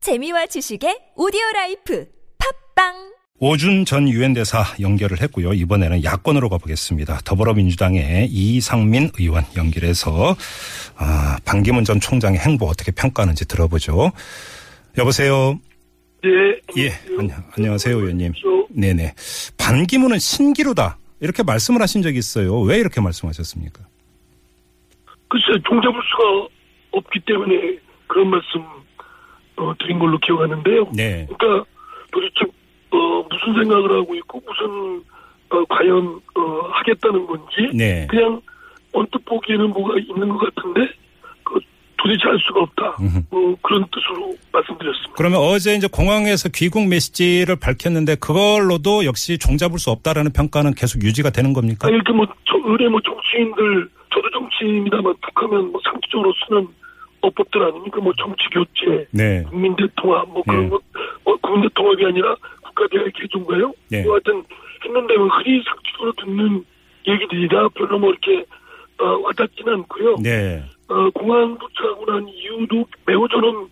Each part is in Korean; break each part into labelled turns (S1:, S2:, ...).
S1: 재미와 지식의 오디오 라이프 팝빵
S2: 오준 전 유엔 대사 연결을 했고요. 이번에는 야권으로 가보겠습니다. 더불어민주당의 이상민 의원 연결해서 아, 반기문 전 총장의 행보 어떻게 평가하는지 들어보죠. 여보세요.
S3: 예.
S2: 예, 안녕, 안녕하세요, 의원님.
S3: 저-
S2: 네네. 반기문은 신기루다 이렇게 말씀을 하신 적이 있어요. 왜 이렇게 말씀하셨습니까?
S3: 글쎄, 종잡을 수가 없기 때문에 그런 말씀 어, 드린 걸로 기억하는데요.
S2: 네.
S3: 그러니까 도대체 어, 무슨 생각을 하고 있고 무슨 어, 과연 어, 하겠다는 건지
S2: 네.
S3: 그냥 언뜻 보기에는 뭐가 있는 것 같은데 그, 도대체 알 수가 없다. 어, 그런 뜻으로 말씀드렸습니다.
S2: 그러면 어제 이제 공항에서 귀국 메시지를 밝혔는데 그걸로도 역시 종잡을 수 없다라는 평가는 계속 유지가 되는 겁니까?
S3: 아, 이렇게 뭐 저, 의뢰 뭐 정치인들 저도 정치인입니다만 북하면 뭐 상투적으로 쓰는 어법들 아닙니까? 뭐 정치 교체.
S2: 네.
S3: 국민대 통합 뭐
S2: 예.
S3: 그런 거 어, 국민대 통합이 아니라 국가대학 개종가요?
S2: 예.
S3: 뭐 하여튼 했는데 뭐 흔히 상식으로 듣는 얘기들이라 별로 뭐 이렇게 어, 와닿지는 않고요.
S2: 네.
S3: 어, 공항 도착하고 난 이유도 매우 저는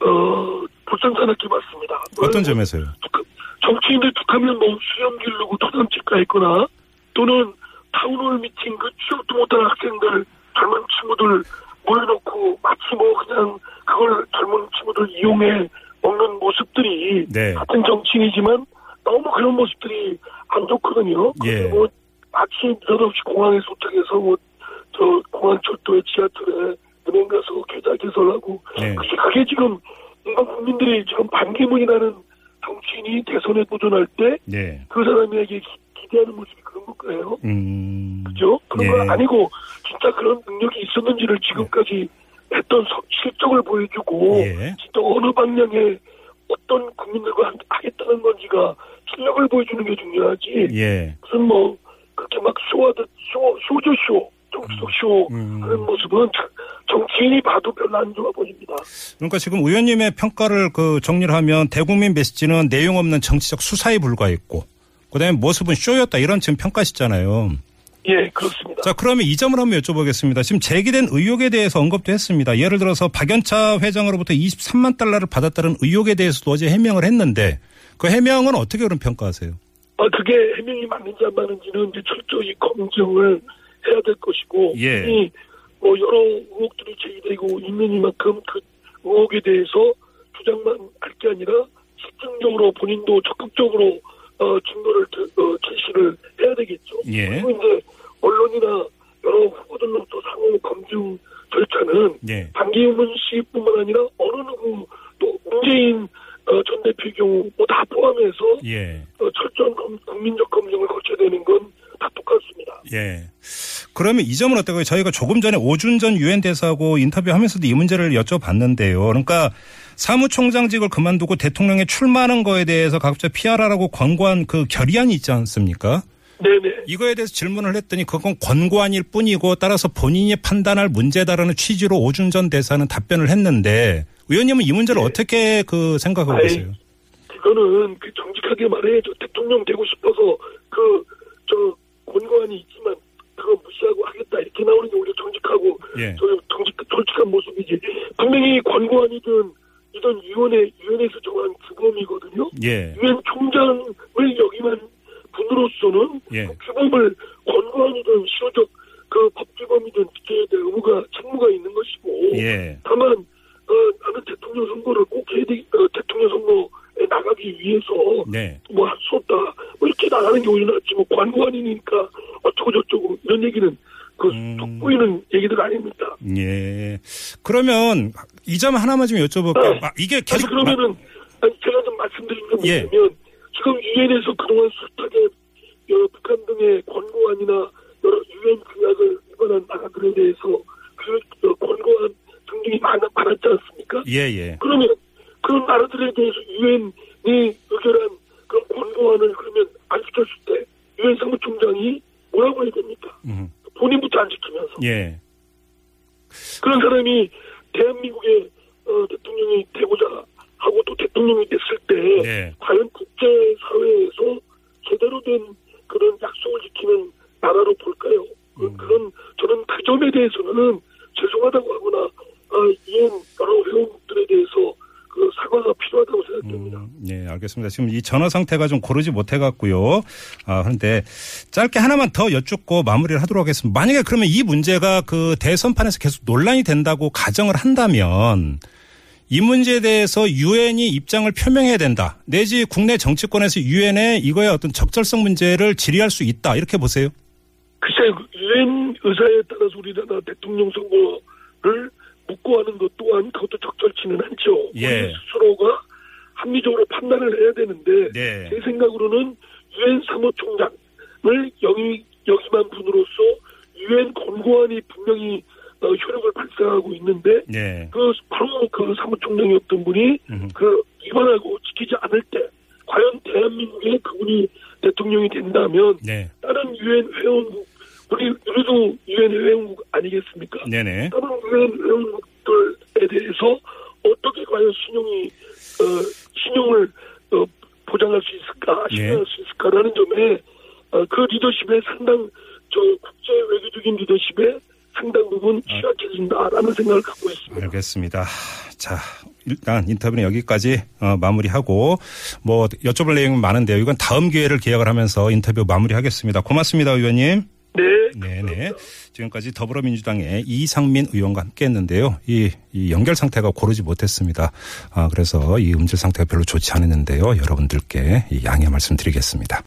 S3: 어, 불쌍사납게 봤습니다.
S2: 어떤 점에서요?
S3: 북- 정치인들 북한면 뭐 수염 기르고 토담 치과 있거나 또는 타운홀 미팅 그 취업도 못한 학생들 젊은 친구들 모여놓고 마치 뭐 그냥 그걸 젊은 친구들 이용해 먹는 모습들이
S2: 네.
S3: 같은 정치인이지만 너무 그런 모습들이 안 좋거든요.
S2: 예.
S3: 뭐 마치 느닷없이 공항에 도착해서 뭐 저 공항 철도의 지하철에 은행 가서 계좌 개설하고
S2: 네.
S3: 그게- 그게 지금 일반 국민들이 지금 반기문이라는 정치인이 대선에 도전할 때 그
S2: 네.
S3: 사람에게 기, 대하는 모습이 그런 걸까요?
S2: 음.
S3: 그죠? 그런
S2: 예.
S3: 건 아니고 진짜 그런 능력이 있었는지를 지금까지 했던 서- 실적을 보여주고
S2: 예.
S3: 진짜 어느 방향에 어떤 국민들과 함- 하겠다는 건지가 실력을 보여주는 게 중요하지
S2: 예.
S3: 무슨 뭐 그렇게 막 쇼하듯 쇼 쇼조쇼 정수쇼
S2: 음.
S3: 하는 모습은 참 정치인이 봐도 별로 안 좋아 보입니다.
S2: 그러니까 지금 의원님의 평가를 그 정리를 하면 대국민 메시지는 내용 없는 정치적 수사에 불과했고 그다음에 모습은 쇼였다 이런 지금 평가시잖아요.
S3: 예, 그렇습니다.
S2: 자 그러면 이 점을 한번 여쭤보겠습니다. 지금 제기된 의혹에 대해서 언급도 했습니다. 예를 들어서 박연차 회장으로부터 23만 달러를 받았다는 의혹에 대해서도 어제 해명을 했는데 그 해명은 어떻게 그럼 평가하세요?
S3: 아, 그게 해명이 맞는지 안 맞는지는 이제 철저히 검증을 해야 될 것이고,
S2: 예.
S3: 이뭐 여러 의혹들이 제기되고 있는 이만큼 그 의혹에 대해서 주장만 할 게 아니라 집중적으로 본인도 적극적으로 어, 증거를 드- 어, 제시를 해야 되겠죠.
S2: 예.
S3: 그리고 이제 언론이나 여러 후보들로부터 상호 검증 절차는
S2: 예.
S3: 반기문 씨뿐만 아니라 어느 누구 또 문재인 어, 전 대표의 경우 뭐 다 포함해서
S2: 예.
S3: 어, 철저한 검- 국민적 검증을 거쳐야 되는 건 다 똑같습니다.
S2: 예. 그러면 이 점은 어떨까요? 저희가 조금 전에 오준 전 유엔 대사하고 인터뷰하면서도 이 문제를 여쭤봤는데요. 그러니까 사무총장직을 그만두고 대통령에 출마하는 거에 대해서 각자 피하라라고 권고한 그 결의안이 있지 않습니까?
S3: 네네.
S2: 이거에 대해서 질문을 했더니 그건 권고안일 뿐이고 따라서 본인이 판단할 문제다라는 취지로 오준 전 대사는 답변을 했는데 의원님은 이 문제를 어떻게 그 생각하고
S3: 네. 아이,
S2: 계세요?
S3: 그거는 그 정직하게 말해야죠. 대통령 되고 싶어서 그, 저, 권고안이 있지만 그거 무시하고 하겠다. 이렇게 나오는 게 오히려 정직하고
S2: 예.
S3: 저 정직, 솔직한 모습이지. 분명히 권고안이든 이런 위원회, 위원회에서 정한 규범이거든요.
S2: 예.
S3: 유엔 총장을 역임한 분으로서는
S2: 예.
S3: 그 규범을 권고안이든 실효적 그 법규범이든 지켜야 될 의무가 책무가 있는 것이고
S2: 예.
S3: 다만 어, 나는 대통령 선거를 꼭 해야 되, 어, 대통령 선거에 나가기 위해서
S2: 네.
S3: 뭐 할 수 없다 뭐 이렇게 나가는 게 오히려 낫지 뭐 관관이니까 어쩌고 저쩌고 이런 얘기는 그
S2: 음.
S3: 돋보이는 얘기들 아닙니까?
S2: 예. 그러면 이 점 하나만 좀 여쭤볼까요? 아, 이게
S3: 네. 아니
S2: 계속 마-
S3: 그러면은 아니, 제가 좀 말씀드린 게
S2: 예.
S3: 뭐냐면 지금 유엔에서 그동안 숱하게 여러 북한 등의 권고안이나 여러 유엔 규약을 위반한 나라들에 대해서 그 어, 권고안 등등이 많, 많았지 않습니까?
S2: 예, 예.
S3: 그러면 그런 나라들에 대해서 유엔이 의결한 그런 권고안을 그러면 안 지켰을 때 유엔 사무총장이 뭐라고 해야 됩니까?
S2: 음,
S3: 본인부터 안 지키면서
S2: 예.
S3: 그런 사람이 대한민국의 어, 대통령이 되고자 하고 또 대통령이 됐을 때
S2: 네.
S3: 과연 국제사회에서 제대로 된 그런 약속을 지키는 나라로 볼까요? 그, 그런 저는 그 점에 대해서는 죄송하다고 하거나 아, 이엔 여러 회원국들에 대해서 그 사과 사과가 필요하다고 생각됩니다.
S2: 예, 알겠습니다. 지금 이 전화 상태가 좀 고르지 못해갖고요. 아, 그런데 짧게 하나만 더 여쭙고 마무리를 하도록 하겠습니다. 만약에 그러면 이 문제가 그 대선판에서 계속 논란이 된다고 가정을 한다면 이 문제에 대해서 유엔이 입장을 표명해야 된다. 내지 국내 정치권에서 유엔에 이거의 어떤 적절성 문제를 질의할 수 있다. 이렇게 보세요.
S3: 글쎄 유엔 의사에 따라서 우리나라 대통령 선거를 묵고하는 것 또한 그것도 적절치는 않죠.
S2: 예.
S3: 우리 스스로가 합리적으로 판단을 해야 되는데
S2: 네.
S3: 제 생각으로는 유엔 사무총장을 영위 여기만 분으로서 유엔 권고안이 분명히 어, 효력을 발생하고 있는데
S2: 네.
S3: 그 바로 그 사무총장이었던 분이
S2: 음.
S3: 그 위반하고 지키지 않을 때 과연 대한민국의 그분이 대통령이 된다면
S2: 네.
S3: 다른 유엔 회원국 우리 우리도 유엔 회원국 아니겠습니까?
S2: 네네.
S3: 다른 유엔 회원국들에 대해서 어떻게 과연 신용이 어, 신용을 어, 보장할 수 있을까,
S2: 예.
S3: 신뢰할 수 있을까라는 점에 어, 그 리더십에 상당 저 국제 외교적인 리더십에 상당 부분 취약해진다라는 생각을 갖고 있습니다.
S2: 알겠습니다. 자, 일단 인터뷰는 여기까지 어, 마무리하고 뭐 여쭤볼 내용은 많은데요. 이건 다음 기회를 기약을 하면서 인터뷰 마무리하겠습니다. 고맙습니다, 의원님.
S3: 네.
S2: 네네. 지금까지 더불어민주당의 이상민 의원과 함께했는데요. 이, 이 연결 상태가 고르지 못했습니다. 아, 그래서 이 음질 상태가 별로 좋지 않았는데요. 여러분들께 이 양해 말씀드리겠습니다.